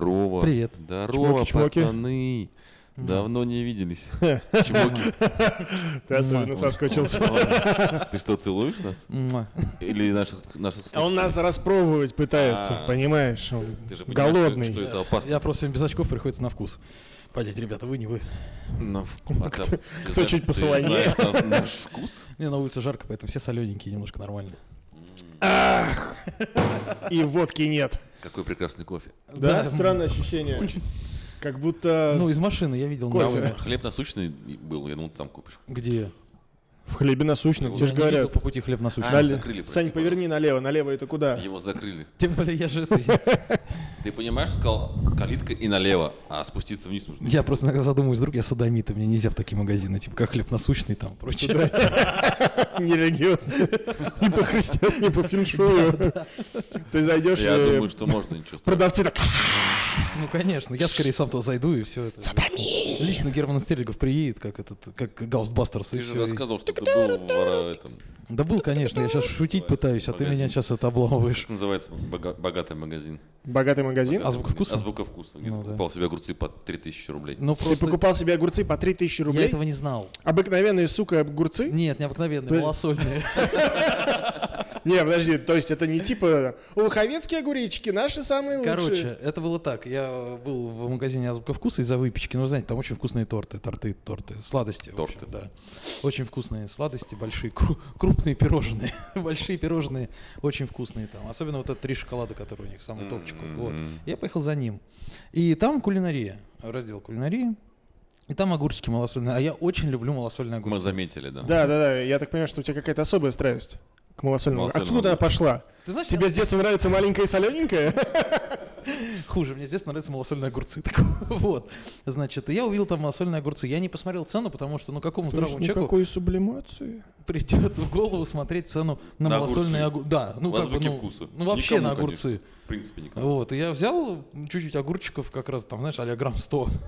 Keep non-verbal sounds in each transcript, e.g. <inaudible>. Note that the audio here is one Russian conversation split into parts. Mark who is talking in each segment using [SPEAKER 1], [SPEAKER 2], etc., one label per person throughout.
[SPEAKER 1] Привет.
[SPEAKER 2] Здорово,
[SPEAKER 3] Чмоки-чмоки.
[SPEAKER 2] пацаны. Давно не
[SPEAKER 3] <laughs>
[SPEAKER 2] виделись.
[SPEAKER 1] <laughs>
[SPEAKER 2] Чмоки.
[SPEAKER 3] Ты особенно
[SPEAKER 2] Ой.
[SPEAKER 3] соскучился.
[SPEAKER 2] Ладно. <laughs> Ты что, целуешь нас?
[SPEAKER 1] Муа.
[SPEAKER 2] Или наших наших
[SPEAKER 3] А он нас распробовать пытается,
[SPEAKER 2] А.
[SPEAKER 3] понимаешь? Он
[SPEAKER 2] слушателей? Ты же понимаешь,
[SPEAKER 3] голодный.
[SPEAKER 2] что- что это опасно.
[SPEAKER 1] Я просто им без очков приходится на вкус. Пойдите, ребята, вы не вы.
[SPEAKER 2] На вку- а там- ты знаешь-
[SPEAKER 3] чуть
[SPEAKER 2] ты
[SPEAKER 3] посолонее.
[SPEAKER 2] знаешь наш- Наш вкус?
[SPEAKER 1] Не, на улице жарко, поэтому все солененькие немножко нормально.
[SPEAKER 3] И водки нет.
[SPEAKER 2] Какой прекрасный кофе.
[SPEAKER 3] Да,
[SPEAKER 1] м,
[SPEAKER 3] странное ощущение. Как будто
[SPEAKER 1] Ну, из машины я видел. на
[SPEAKER 3] Кофе.
[SPEAKER 1] улице.
[SPEAKER 2] Хлеб насущный был, я думал, ты там купишь.
[SPEAKER 1] Где?
[SPEAKER 3] в хлебе насущном. Тебе
[SPEAKER 1] Я
[SPEAKER 3] же
[SPEAKER 1] не видел
[SPEAKER 3] говорят.
[SPEAKER 1] по пути хлеб насущный.
[SPEAKER 2] А,
[SPEAKER 3] дали-
[SPEAKER 2] закрыли, прости,
[SPEAKER 3] Сань, поверни налево. Налево это куда?
[SPEAKER 2] Его закрыли.
[SPEAKER 1] Тем более я же... это-
[SPEAKER 2] Ты понимаешь, сказал калитка и налево, а спуститься вниз нужно.
[SPEAKER 1] <laughs> Я просто иногда задумываюсь, вдруг я садомит, и мне нельзя в такие магазины, типа как хлеб насущный там прочее.
[SPEAKER 3] <laughs> Не религиозно. <laughs> Не по христиан, не по феншую. Ты зайдешь
[SPEAKER 2] Я думаю,
[SPEAKER 3] и
[SPEAKER 2] что можно ничего страшного.
[SPEAKER 3] продавцы так... <laughs>
[SPEAKER 1] Ну, конечно, я скорее сам туда зайду и все это. Лично Герман Стерлигов приедет, как этот, как Гаустбастерс. и
[SPEAKER 2] Ты же
[SPEAKER 1] всё, и-
[SPEAKER 2] рассказывал, что ты был в э, этом,
[SPEAKER 1] Да был, конечно, я сейчас шутить пытаюсь, а ты
[SPEAKER 2] Магазин.
[SPEAKER 1] меня сейчас это обламываешь.
[SPEAKER 2] как называется, бога- богатый магазин.
[SPEAKER 3] Богатый магазин?
[SPEAKER 1] Азбука А вкуса?
[SPEAKER 2] Азбука а вкуса. Где
[SPEAKER 1] Ну
[SPEAKER 2] ты
[SPEAKER 1] да.
[SPEAKER 2] покупал себе огурцы по 3000 рублей.
[SPEAKER 1] Ну,
[SPEAKER 3] Ты
[SPEAKER 1] просто
[SPEAKER 3] покупал себе огурцы по 3000
[SPEAKER 1] я
[SPEAKER 3] рублей?
[SPEAKER 1] этого не знал.
[SPEAKER 3] Обыкновенные, сука, огурцы?
[SPEAKER 1] Нет, необыкновенные,
[SPEAKER 3] Ты-
[SPEAKER 1] малосольные.
[SPEAKER 3] Не, подожди, то есть это не типа луховецкие огуречки, наши самые лучшие.
[SPEAKER 1] Короче, это было так. Я э, был в магазине Азбука вкуса из-за выпечки. Ну, вы знаете, там очень вкусные торты, торты, торты, сладости. в общем,
[SPEAKER 2] Торты.
[SPEAKER 1] да. Очень вкусные сладости, большие, кру- крупные пирожные. <laughs> большие пирожные, очень вкусные там. Особенно вот это три шоколада, которые у них, самый топчик. Вот.
[SPEAKER 2] М-м-м.
[SPEAKER 1] Я поехал за ним. И там кулинария, раздел кулинарии. И там огурчики малосольные. А я очень люблю малосольные огурчики.
[SPEAKER 2] Мы заметили, да.
[SPEAKER 3] Да, да, да. Я так понимаю, что у тебя какая-то особая страсть к малосольному.
[SPEAKER 2] Малосольному
[SPEAKER 3] Откуда она
[SPEAKER 2] огурцу.
[SPEAKER 3] пошла?
[SPEAKER 1] Ты знаешь,
[SPEAKER 3] Тебе с детства нравится маленькая и солененькая?
[SPEAKER 1] Хуже, мне здесь нравятся малосольные огурцы. <laughs> Так вот, значит, и я увидел там малосольные огурцы. Я не посмотрел цену, потому что, ну, какому здравому человеку <laughs>
[SPEAKER 3] сублимации.
[SPEAKER 1] придет в голову смотреть цену на,
[SPEAKER 2] На
[SPEAKER 1] малосольные огурцы? Да, ну,
[SPEAKER 2] В
[SPEAKER 1] как бы,
[SPEAKER 2] азбуке
[SPEAKER 1] ну,
[SPEAKER 2] вкуса.
[SPEAKER 1] ну, вообще
[SPEAKER 2] Никому,
[SPEAKER 1] на огурцы.
[SPEAKER 2] конечно. В принципе, никому.
[SPEAKER 1] Вот, и я взял чуть-чуть огурчиков, как раз там, знаешь, а-ля грамм 100. <laughs>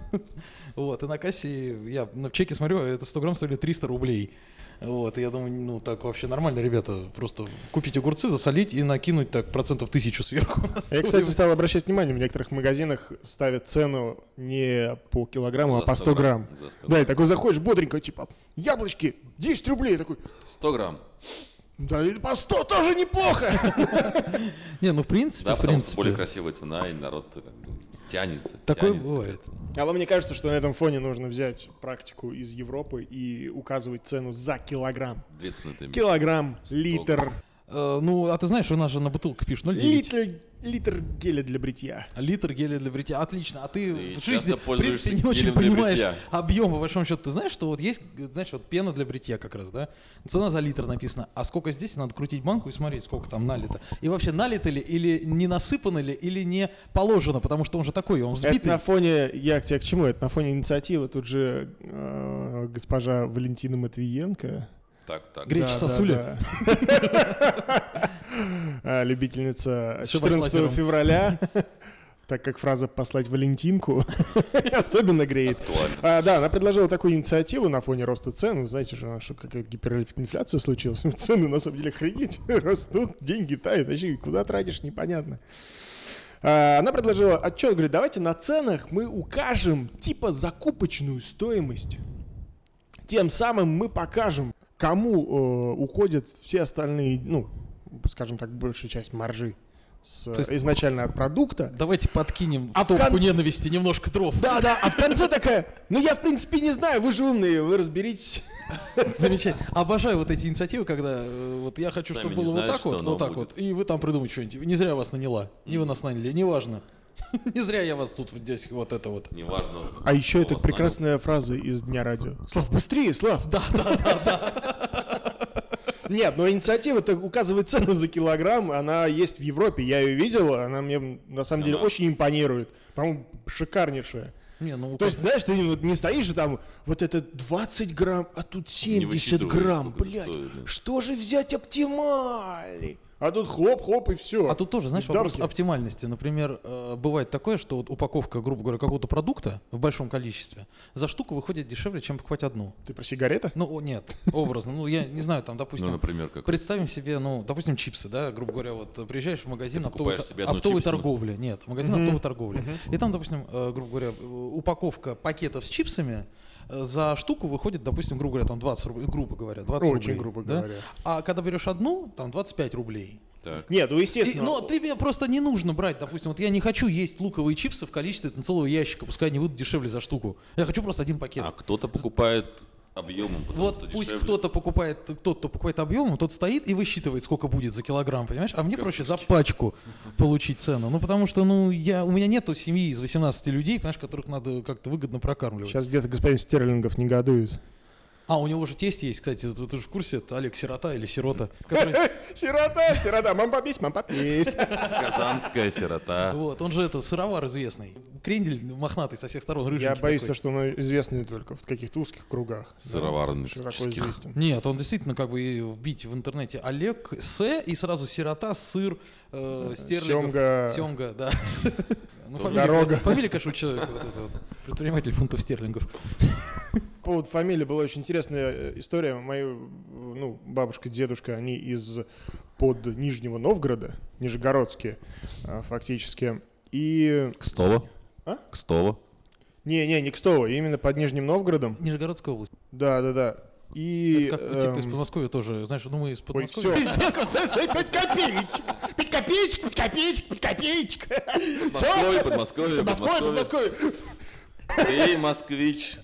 [SPEAKER 1] Вот, и на кассе я на чеке смотрю, а это 100 грамм стоили 300 рублей. Вот, и я думаю, ну так вообще нормально, ребята, просто купить огурцы, засолить и накинуть так процентов тысячу сверху. <laughs> на
[SPEAKER 3] Я, кстати, стал обращать внимание, в некоторых магазинах ставят цену не по
[SPEAKER 1] Ну,
[SPEAKER 3] килограмму, а
[SPEAKER 2] За
[SPEAKER 3] по 100 грамм.
[SPEAKER 2] За 100
[SPEAKER 3] Да, и такой заходишь бодренько, типа, яблочки, 10 рублей, Я такой,
[SPEAKER 2] 100 грамм.
[SPEAKER 3] да и по 100 тоже
[SPEAKER 2] <laughs>
[SPEAKER 3] неплохо.
[SPEAKER 1] Не, ну в принципе,
[SPEAKER 2] Да,
[SPEAKER 1] в
[SPEAKER 2] потому что
[SPEAKER 1] принципе.
[SPEAKER 2] более красивая цена, и народ э, как бы тянется.
[SPEAKER 1] Такое
[SPEAKER 2] тянется.
[SPEAKER 1] бывает.
[SPEAKER 3] А вам не кажется, что на этом фоне нужно взять практику из Европы и указывать цену за килограмм?
[SPEAKER 2] Две цены ты имеешь.
[SPEAKER 3] Килограмм, литр,
[SPEAKER 1] Э, ну, а ты знаешь, у нас же на бутылку пишет 0,9.
[SPEAKER 3] литр, литр геля для бритья.
[SPEAKER 1] Литр геля для бритья. Отлично. А ты,
[SPEAKER 2] Ты
[SPEAKER 1] в
[SPEAKER 2] часто
[SPEAKER 1] жизни, в
[SPEAKER 2] пользуешься
[SPEAKER 1] принципе, не очень
[SPEAKER 2] гелем для
[SPEAKER 1] понимаешь
[SPEAKER 2] бритья.
[SPEAKER 1] объем, по большому счету. Ты знаешь, что вот есть, э, знаешь, вот пена для бритья как раз, да? Цена за литр написана. А сколько здесь, надо крутить банку и смотреть, сколько там налито. И вообще, налито ли, или не насыпано ли, или не положено, потому что он же такой, он
[SPEAKER 3] Это
[SPEAKER 1] взбитый.
[SPEAKER 3] на фоне, я к тебе к чему, это на фоне инициативы тут же э, госпожа Валентина Матвиенко.
[SPEAKER 2] Так, так.
[SPEAKER 1] Гречка
[SPEAKER 3] Да, да,
[SPEAKER 1] сосуля.
[SPEAKER 3] да. А, Любительница
[SPEAKER 1] С
[SPEAKER 3] 14
[SPEAKER 1] шабаклазером.
[SPEAKER 3] февраля, так как фраза «послать Валентинку» <laughs> особенно греет.
[SPEAKER 2] Актуально.
[SPEAKER 3] А, да, она предложила такую инициативу на фоне роста цен. Вы знаете же, у нас что какая-то гиперинфляция случилась. Ну, цены на самом деле охренеть <laughs> растут, деньги тают. Вообще, куда тратишь, непонятно. А, Она предложила отчет, говорит, давайте на ценах мы укажем типа закупочную стоимость. Тем самым мы покажем, кому э, уходят все остальные, ну, скажем так, большая часть маржи с,
[SPEAKER 1] То есть-
[SPEAKER 3] изначально от продукта.
[SPEAKER 1] Давайте подкинем
[SPEAKER 3] А
[SPEAKER 1] в
[SPEAKER 3] в
[SPEAKER 1] топку
[SPEAKER 3] конце-
[SPEAKER 1] ненависти немножко дров.
[SPEAKER 3] Да, да, а в конце такая, ну я в принципе не знаю, вы же умные, вы разберитесь.
[SPEAKER 1] Замечательно. Обожаю вот эти инициативы, когда э, вот я хочу,
[SPEAKER 2] Сами
[SPEAKER 1] чтобы
[SPEAKER 2] не
[SPEAKER 1] было вот
[SPEAKER 2] знаете,
[SPEAKER 1] так
[SPEAKER 2] что
[SPEAKER 1] вот,
[SPEAKER 2] оно
[SPEAKER 1] вот так
[SPEAKER 2] будет.
[SPEAKER 1] вот, и вы там придумаете что-нибудь. Не зря я вас наняла, не вы нас наняли, неважно. <laughs> Не зря я вас тут вот здесь вот это вот.
[SPEAKER 2] Неважно.
[SPEAKER 3] А еще это
[SPEAKER 2] кто вас нанял.
[SPEAKER 3] прекрасная фраза из Дня радио. Слав, быстрее, Слав! Да, да, да, да. Нет, но инициатива-то указывает цену за килограмм, она есть в Европе, я ее видел, она мне на самом деле
[SPEAKER 2] Она-
[SPEAKER 3] очень импонирует, по-моему, шикарнейшая.
[SPEAKER 1] Не, ну,
[SPEAKER 3] То есть, знаешь, ты вот не стоишь же там, вот это 20 грамм, а тут 70
[SPEAKER 2] высчитываешь,
[SPEAKER 3] грамм,
[SPEAKER 2] сколько это
[SPEAKER 3] блядь,
[SPEAKER 2] стоит, да.
[SPEAKER 3] что же взять оптимали? А тут хоп-хоп и все.
[SPEAKER 1] А тут тоже, знаешь,
[SPEAKER 3] И
[SPEAKER 1] вопрос
[SPEAKER 3] дарки.
[SPEAKER 1] оптимальности. Например, э, бывает такое, что вот упаковка, грубо говоря, какого-то продукта в большом количестве за штуку выходит дешевле, чем покупать одну.
[SPEAKER 3] Ты про сигареты?
[SPEAKER 1] Ну, о, нет, <laughs> образно. Ну, я не знаю, там,
[SPEAKER 2] Ну,
[SPEAKER 1] допустим,
[SPEAKER 2] например, как...
[SPEAKER 1] Представим себе, ну, допустим, чипсы, да, грубо говоря, вот э, приезжаешь в магазин
[SPEAKER 2] Ты
[SPEAKER 1] оптовой,
[SPEAKER 2] покупаешь
[SPEAKER 1] тор-
[SPEAKER 2] себе одну
[SPEAKER 1] оптовой
[SPEAKER 2] чипсовую.
[SPEAKER 1] торговли. Нет, магазин оптовой торговли. И там, допустим, э, грубо говоря, э, упаковка пакетов с чипсами э, за штуку выходит, допустим, грубо говоря, там 20 рублей, грубо говоря, 20
[SPEAKER 3] Очень
[SPEAKER 1] рублей,
[SPEAKER 3] грубо
[SPEAKER 1] да?
[SPEAKER 3] говоря.
[SPEAKER 1] А когда берешь одну, там 25 рублей.
[SPEAKER 2] Так.
[SPEAKER 3] Нет, ну
[SPEAKER 1] И-
[SPEAKER 3] естественно.
[SPEAKER 1] но тебе просто не нужно брать, допустим, вот я не хочу есть луковые чипсы в количестве там, целого ящика, пускай они будут дешевле за штуку. Я хочу просто один пакет.
[SPEAKER 2] А кто-то покупает объемом, потому
[SPEAKER 1] Вот
[SPEAKER 2] что
[SPEAKER 1] пусть
[SPEAKER 2] дешевле.
[SPEAKER 1] кто-то покупает, тот, кто покупает объемом, тот стоит и высчитывает, сколько будет за килограмм, понимаешь? А мне проще за пачку получить цену. Ну, потому что, ну, я, у меня нету семьи из 18 людей, понимаешь, которых надо как-то выгодно прокармливать.
[SPEAKER 3] Сейчас где-то господин Стерлингов негодует.
[SPEAKER 1] А, у него же тесть есть, кстати, ты, ты же в курсе, это Олег Сирота или Сирота.
[SPEAKER 3] <laughs>
[SPEAKER 1] который-
[SPEAKER 3] Э, Сирота, сирота, мам попись,
[SPEAKER 1] <laughs>
[SPEAKER 3] мам попись.
[SPEAKER 2] Казанская сирота.
[SPEAKER 1] Вот, он же это, сыровар известный. Крендель мохнатый со всех сторон, рыжий.
[SPEAKER 3] Я боюсь, то, что он известный только в каких-то узких кругах.
[SPEAKER 2] Сыроварный.
[SPEAKER 3] Широко известен.
[SPEAKER 1] Нет, он действительно как бы и вбить в интернете Олег С и сразу сирота, сыр, э, стерлигов.
[SPEAKER 3] Семга.
[SPEAKER 1] Семга,
[SPEAKER 3] <laughs>
[SPEAKER 1] да. Ну,
[SPEAKER 3] Дорога.
[SPEAKER 1] фамилия, фамилия, конечно, у человека, вот это вот. Предприниматель фунтов стерлингов.
[SPEAKER 3] По поводу фамилии была очень интересная э, история. Мои э, ну, бабушка, дедушка, они из под Нижнего Новгорода, нижегородские э, фактически. И...
[SPEAKER 2] Кстово?
[SPEAKER 3] А?
[SPEAKER 2] Кстово.
[SPEAKER 3] Не, не, не Кстово, именно под Нижним Новгородом.
[SPEAKER 1] Нижегородская область.
[SPEAKER 3] Да, да, да. И...
[SPEAKER 1] Как типа, те, кто из
[SPEAKER 3] эм,
[SPEAKER 1] Подмосковья тоже, знаешь, ну мы из
[SPEAKER 3] Ой,
[SPEAKER 1] Подмосковья.
[SPEAKER 3] все. Пиздец, 5 копеечек. 5 копеечек, 5 копеечек, 5 копеечек.
[SPEAKER 2] Подмосковье, Подмосковье,
[SPEAKER 3] Подмосковье,
[SPEAKER 2] Подмосковье.
[SPEAKER 3] Подмосковье.
[SPEAKER 2] Ты москвич.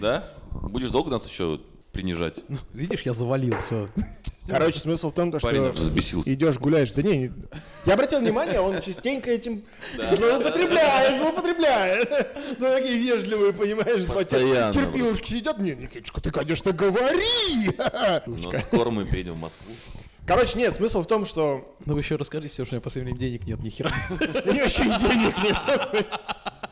[SPEAKER 2] Да? Будешь долго нас еще принижать?
[SPEAKER 1] Ну, видишь, я завалил все.
[SPEAKER 3] Короче, смысл в том, то, что
[SPEAKER 2] Парень взбесился.
[SPEAKER 3] идешь, гуляешь. Да не, не- я обратил внимание, он частенько этим злоупотребляет, злоупотребляет. Ну, такие вежливые, понимаешь, два те-
[SPEAKER 2] Постоянно,
[SPEAKER 3] терпилушки сидят. Не, Никиточка, ты, конечно, говори.
[SPEAKER 2] Но скоро мы приедем в Москву.
[SPEAKER 3] Короче, нет, смысл в том, что
[SPEAKER 1] <laughs> Ну вы еще расскажите все, что у меня в последнее время денег нет, ни хера.
[SPEAKER 3] у меня еще и денег нет.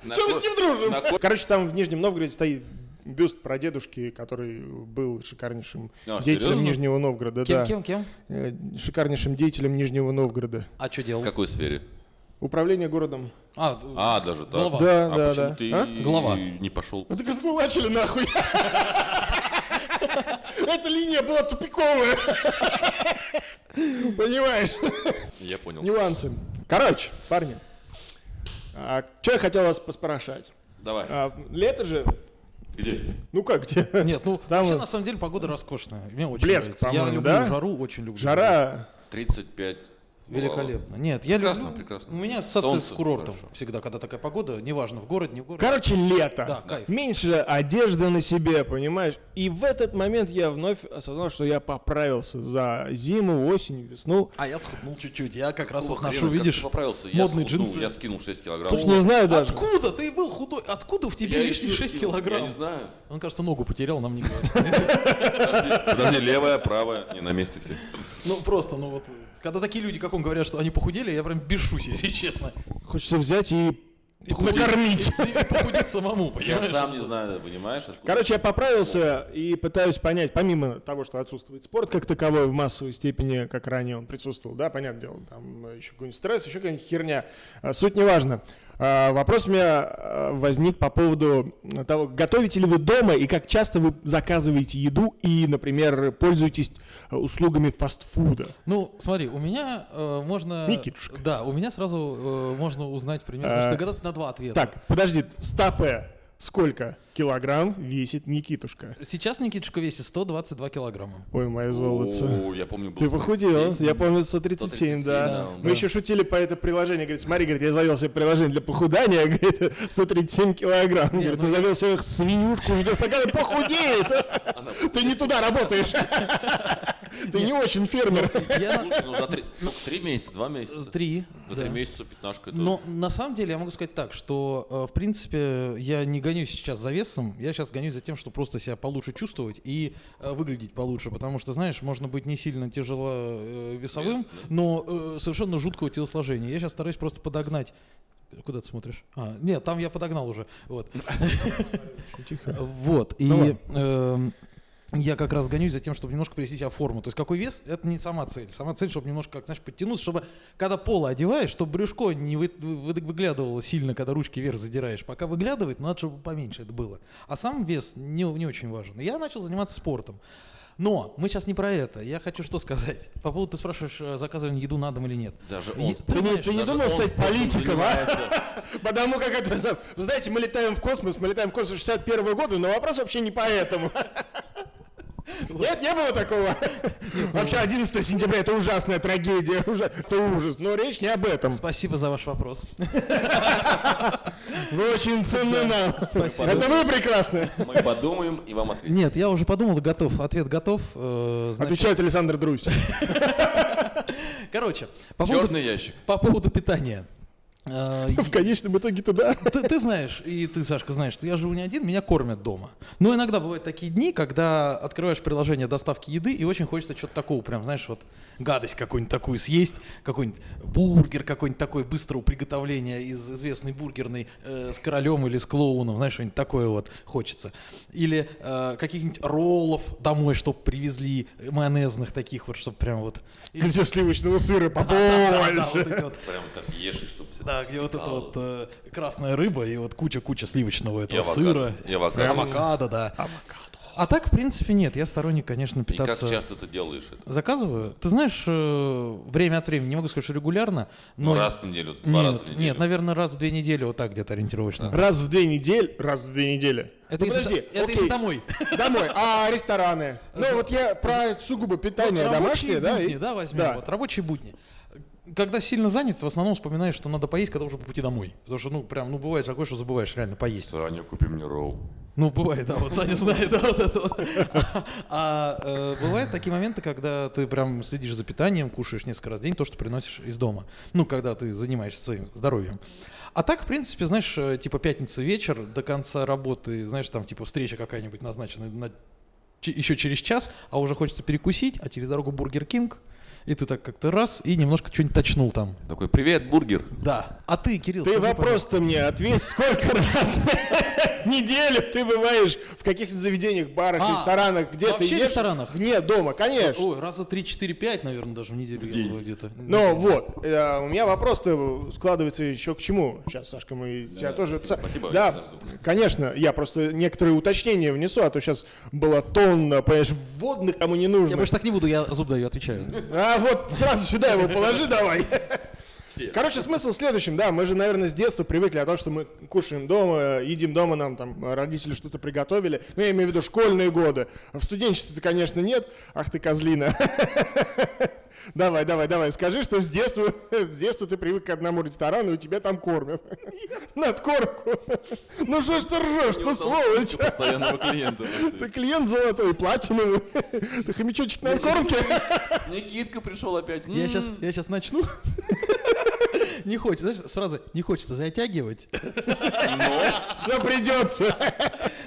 [SPEAKER 2] На
[SPEAKER 3] Чем мы
[SPEAKER 2] ко-
[SPEAKER 3] с ним дружим?
[SPEAKER 2] на ко-
[SPEAKER 3] Короче, там в Нижнем Новгороде стоит бюст прадедушки, который был шикарнейшим
[SPEAKER 2] А,
[SPEAKER 3] деятелем
[SPEAKER 2] серьезно?
[SPEAKER 3] Нижнего Новгорода.
[SPEAKER 1] Кем,
[SPEAKER 3] да.
[SPEAKER 1] кем, кем?
[SPEAKER 3] Э, Шикарнейшим деятелем Нижнего Новгорода.
[SPEAKER 1] А что
[SPEAKER 2] В
[SPEAKER 1] делал?
[SPEAKER 2] какой сфере?
[SPEAKER 3] Управление городом.
[SPEAKER 1] А,
[SPEAKER 2] А, даже так.
[SPEAKER 1] Голова.
[SPEAKER 3] Да,
[SPEAKER 2] А
[SPEAKER 3] да,
[SPEAKER 2] почему
[SPEAKER 3] да.
[SPEAKER 2] ты
[SPEAKER 3] А?
[SPEAKER 1] Голова.
[SPEAKER 2] не пошел?
[SPEAKER 3] Это раскулачили нахуй. <laughs> Эта линия была тупиковая. Понимаешь?
[SPEAKER 2] Я понял.
[SPEAKER 3] Нюансы. Короче, парни. а, что я хотел вас поспрашать?
[SPEAKER 2] Давай.
[SPEAKER 3] А, лето же,
[SPEAKER 2] Где?
[SPEAKER 3] ну как где?
[SPEAKER 1] нет, ну
[SPEAKER 3] Там
[SPEAKER 1] вообще
[SPEAKER 3] вот-
[SPEAKER 1] на самом деле погода роскошная. Мне очень
[SPEAKER 3] Блеск,
[SPEAKER 1] нравится. Я
[SPEAKER 3] по-моему,
[SPEAKER 1] люблю
[SPEAKER 3] да?
[SPEAKER 1] жару, очень люблю.
[SPEAKER 3] Жара.
[SPEAKER 2] 35. бывало.
[SPEAKER 1] Великолепно. Нет, я
[SPEAKER 2] Прекрасно,
[SPEAKER 1] люблю.
[SPEAKER 2] прекрасно.
[SPEAKER 1] У меня ассоциация с
[SPEAKER 2] Солнце
[SPEAKER 1] курортом
[SPEAKER 2] хорошо.
[SPEAKER 1] всегда, когда такая погода, неважно в город, не в город.
[SPEAKER 3] Короче, лето.
[SPEAKER 1] Да, кайф.
[SPEAKER 3] Меньше одежды на себе, понимаешь? И в этот момент я вновь осознал, что я поправился за зиму, осень, весну.
[SPEAKER 1] А я схуднул чуть-чуть, я как раз
[SPEAKER 2] О,
[SPEAKER 1] вот ношу,
[SPEAKER 2] хрен, как
[SPEAKER 1] видишь,
[SPEAKER 2] ты поправился. Я
[SPEAKER 1] модные
[SPEAKER 2] схуднул,
[SPEAKER 1] джинсы. ну,
[SPEAKER 2] Я скинул 6 килограмм.
[SPEAKER 3] Слушай, не знаю даже.
[SPEAKER 1] Откуда ты был худой? Откуда в тебе лишние
[SPEAKER 2] еще
[SPEAKER 1] 6
[SPEAKER 2] скинул, Я
[SPEAKER 1] килограмм?
[SPEAKER 2] не знаю.
[SPEAKER 1] Он, кажется, ногу потерял, нам не говорит.
[SPEAKER 3] <laughs>
[SPEAKER 2] Подожди, подожди, левая, правая. Не, на месте все.
[SPEAKER 1] Ну просто, ну вот, когда такие люди, как он, говорят, что они похудели, я прям бешусь, <laughs> если честно.
[SPEAKER 3] Хочется взять и, <laughs> накормить.
[SPEAKER 1] И похудеть самому,
[SPEAKER 2] Я
[SPEAKER 1] понимаешь?
[SPEAKER 2] сам не знаю, понимаешь? откуда?
[SPEAKER 3] Короче, я поправился и пытаюсь понять, помимо того, что отсутствует спорт как таковой в массовой степени, как ранее он присутствовал, да, понятное дело, там э, еще какой-нибудь стресс, еще какая-нибудь херня. А, Суть не важна. А, Вопрос у меня э, возник по поводу того, готовите ли вы дома и как часто вы заказываете еду и, например, пользуетесь э, услугами фастфуда.
[SPEAKER 1] Ну, смотри, у меня э, можно...
[SPEAKER 3] Никитушка.
[SPEAKER 1] Да, у меня сразу э, можно узнать примерно,
[SPEAKER 3] А.
[SPEAKER 1] догадаться на два ответа.
[SPEAKER 3] Так, подожди, стапе сколько килограмм весит Никитушка?
[SPEAKER 1] Сейчас Никитушка весит 122
[SPEAKER 3] <laughs>
[SPEAKER 1] килограмма.
[SPEAKER 3] Ой, мое золото.
[SPEAKER 2] О, я помню, был
[SPEAKER 3] Ты похудел, а?
[SPEAKER 2] 37.
[SPEAKER 3] я помню, 137,
[SPEAKER 2] 137,
[SPEAKER 3] да.
[SPEAKER 2] да,
[SPEAKER 3] Мы
[SPEAKER 2] да.
[SPEAKER 3] еще шутили по это приложение, говорит, смотри, говорит, я завел себе приложение для похудания, <laughs> говорит, 137 килограмм, говорит,
[SPEAKER 1] ну-
[SPEAKER 3] ты завел себе свинюшку, ждешь, пока ты похудеет. <laughs> Ты не туда работаешь. <laughs> Ты не очень фермер.
[SPEAKER 1] Я на-
[SPEAKER 2] Слушай, ну за три, ну, три месяца, два месяца.
[SPEAKER 1] Три.
[SPEAKER 2] За
[SPEAKER 1] да. Ну,
[SPEAKER 2] три месяца пятнашка. это-
[SPEAKER 1] Но на самом деле я могу сказать так, что э, в принципе я не гонюсь сейчас за весом, я сейчас гонюсь за тем, что просто себя получше чувствовать и э, выглядеть получше, потому что, знаешь, можно быть не сильно тяжело э, весовым,
[SPEAKER 2] Вес,
[SPEAKER 1] но э, совершенно жуткого телосложения. Я сейчас стараюсь просто подогнать. Куда ты смотришь? А, нет, там я подогнал уже. Вот.
[SPEAKER 3] Тихо.
[SPEAKER 1] Вот. И
[SPEAKER 3] Ну ладно.
[SPEAKER 1] эм, я как раз гонюсь за тем, чтобы немножко привести себя в форму. То есть какой вес, это не сама цель. Сама цель, чтобы немножко, как, знаешь, подтянуться, чтобы, когда поло одеваешь, чтобы брюшко не вы- вы- выглядывало сильно, когда ручки вверх задираешь. Пока выглядывает, надо, чтобы поменьше это было. А сам вес не, не очень важен. Я начал заниматься спортом. Но мы сейчас не про это. Я хочу что сказать. По поводу, ты спрашиваешь, э, заказывали еду на дом или нет.
[SPEAKER 2] Даже
[SPEAKER 1] Е-
[SPEAKER 2] он...
[SPEAKER 1] ты
[SPEAKER 2] спортом-
[SPEAKER 1] не-
[SPEAKER 3] ты не
[SPEAKER 2] даже
[SPEAKER 3] думал
[SPEAKER 2] он
[SPEAKER 3] стать
[SPEAKER 2] спортом
[SPEAKER 3] политиком, а?
[SPEAKER 2] занимается.
[SPEAKER 3] Потому как это... зна- Вы знаете, мы летаем в космос, мы летаем в космос 61 года, но вопрос вообще не поэтому. <laughs> Нет, не было такого. Вообще 11 сентября это ужасная трагедия, ужа- это ужас. Но речь не об этом.
[SPEAKER 1] Спасибо за ваш вопрос.
[SPEAKER 3] Вы очень ценны нам.
[SPEAKER 1] Спасибо.
[SPEAKER 3] Это вы прекрасны.
[SPEAKER 2] Мы подумаем и вам ответим.
[SPEAKER 1] Нет, я уже подумал, готов. Ответ готов.
[SPEAKER 2] А
[SPEAKER 1] Э, значит,
[SPEAKER 3] Отвечает Александр Друзь.
[SPEAKER 1] Короче, по поводу,
[SPEAKER 2] Черный ящик.
[SPEAKER 1] по поводу питания. Э,
[SPEAKER 3] <laughs> В конечном итоге туда.
[SPEAKER 1] ты, ты знаешь, и ты, Сашка, знаешь, что я живу не один, меня кормят дома. Но иногда бывают такие дни, когда открываешь приложение доставки еды, и очень хочется чего-то такого, прям, знаешь, вот гадость какую-нибудь такую съесть, какой-нибудь бургер какой-нибудь такой быстрого приготовления из известной бургерной э, с королем или с клоуном, знаешь, что-нибудь такое вот хочется. Или э, каких-нибудь роллов домой, чтоб привезли, э, майонезных таких вот, чтоб прям вот... Или-
[SPEAKER 3] Где сливочного сыра
[SPEAKER 1] Да, вот
[SPEAKER 3] побольше.
[SPEAKER 1] эти вот
[SPEAKER 2] Прям так ешь, и чтобы все
[SPEAKER 1] да, где вот эта вот э, красная рыба и вот куча-куча сливочного этого сыра.
[SPEAKER 2] И авокадо.
[SPEAKER 1] Авокадо, да. А так, в принципе, нет. Я сторонник, конечно,
[SPEAKER 2] И как
[SPEAKER 1] питаться...
[SPEAKER 2] часто ты делаешь это?
[SPEAKER 1] Заказываю. Ты знаешь, э, время от времени, не могу сказать, что регулярно, но...
[SPEAKER 2] Ну, раз в неделю, два
[SPEAKER 1] нет,
[SPEAKER 2] раза в неделю.
[SPEAKER 1] нет, наверное, раз в две недели вот так где-то ориентировочно.
[SPEAKER 3] Раз в две недели. Раз в две недели.
[SPEAKER 1] Это,
[SPEAKER 3] Ну,
[SPEAKER 1] если,
[SPEAKER 3] подожди,
[SPEAKER 1] это
[SPEAKER 3] окей.
[SPEAKER 1] если домой.
[SPEAKER 3] Домой. А рестораны? Ну вот я про сугубо питание
[SPEAKER 1] Вот
[SPEAKER 3] домашнее,
[SPEAKER 1] рабочие
[SPEAKER 3] да?
[SPEAKER 1] будни,
[SPEAKER 3] и-
[SPEAKER 1] да, возьмем.
[SPEAKER 3] да.
[SPEAKER 1] Вот, рабочие будни. Когда сильно занят, в основном вспоминаешь, что надо поесть, когда уже по пути домой. Потому что, ну, прям, ну, бывает такое, что забываешь реально поесть.
[SPEAKER 2] Саня, купи мне ролл.
[SPEAKER 1] Ну, бывает, да, вот Саня знает, <laughs> да, вот это вот. А э, бывают такие моменты, когда ты прям следишь за питанием, кушаешь несколько раз в день то, что приносишь из дома. Ну, когда ты занимаешься своим здоровьем. А так, в принципе, знаешь, э, типа пятница вечер, до конца работы, знаешь, там, типа, встреча какая-нибудь назначена на еще через час, а уже хочется перекусить, а через дорогу Бургер Кинг, и ты так как-то раз, и немножко что-нибудь точнул там.
[SPEAKER 2] Такой, привет, бургер.
[SPEAKER 1] Да. А ты, Кирилл,
[SPEAKER 3] Ты
[SPEAKER 1] скажи,
[SPEAKER 3] вопрос-то мне ответь, сколько <laughs> раз в неделю ты бываешь в каких-нибудь заведениях, барах,
[SPEAKER 1] А,
[SPEAKER 3] ресторанах, где ты
[SPEAKER 1] вообще
[SPEAKER 3] ешь?
[SPEAKER 1] ресторанах?
[SPEAKER 3] Вне дома, конечно.
[SPEAKER 1] Ой, раза 3-4-5, наверное, даже в неделю я
[SPEAKER 2] день.
[SPEAKER 1] бываю где-то. Ну,
[SPEAKER 3] Но вот, э, у меня вопрос-то складывается еще к чему. Сейчас, Сашка, мы тебя тоже... ца-
[SPEAKER 2] спасибо, я
[SPEAKER 3] да,
[SPEAKER 2] подожду.
[SPEAKER 3] конечно, я просто некоторые уточнения внесу, а то сейчас была тонна, понимаешь, вводных кому не
[SPEAKER 1] Я
[SPEAKER 3] нужно.
[SPEAKER 1] больше так не буду, я зуб даю, отвечаю.
[SPEAKER 3] А вот сразу сюда его положи давай.
[SPEAKER 2] Все.
[SPEAKER 3] Короче, смысл в следующем, да, мы же, наверное, с детства привыкли о том, что мы кушаем дома, э, едим дома, нам там э, родители что-то приготовили, ну, я имею в виду школьные годы. В студенчестве-то, конечно, нет, ах ты козлина. <laughs> Давай, давай, давай, скажи, что с детства, <laughs> с детства ты привык к одному ресторану, и тебя там кормят. <laughs> Надкормку. Ну что ж ты ржешь, ты сволочь. <laughs>
[SPEAKER 2] Постоянного клиента.
[SPEAKER 3] Ты клиент золотой, платиновый. <laughs> Ты хомячочек на кормке. <laughs>
[SPEAKER 2] Никитка пришел опять.
[SPEAKER 1] Я
[SPEAKER 2] М.
[SPEAKER 1] сейчас, я сейчас начну. <laughs> Не хочется, знаешь, сразу не хочется затягивать.
[SPEAKER 3] Но придется.
[SPEAKER 1] <laughs>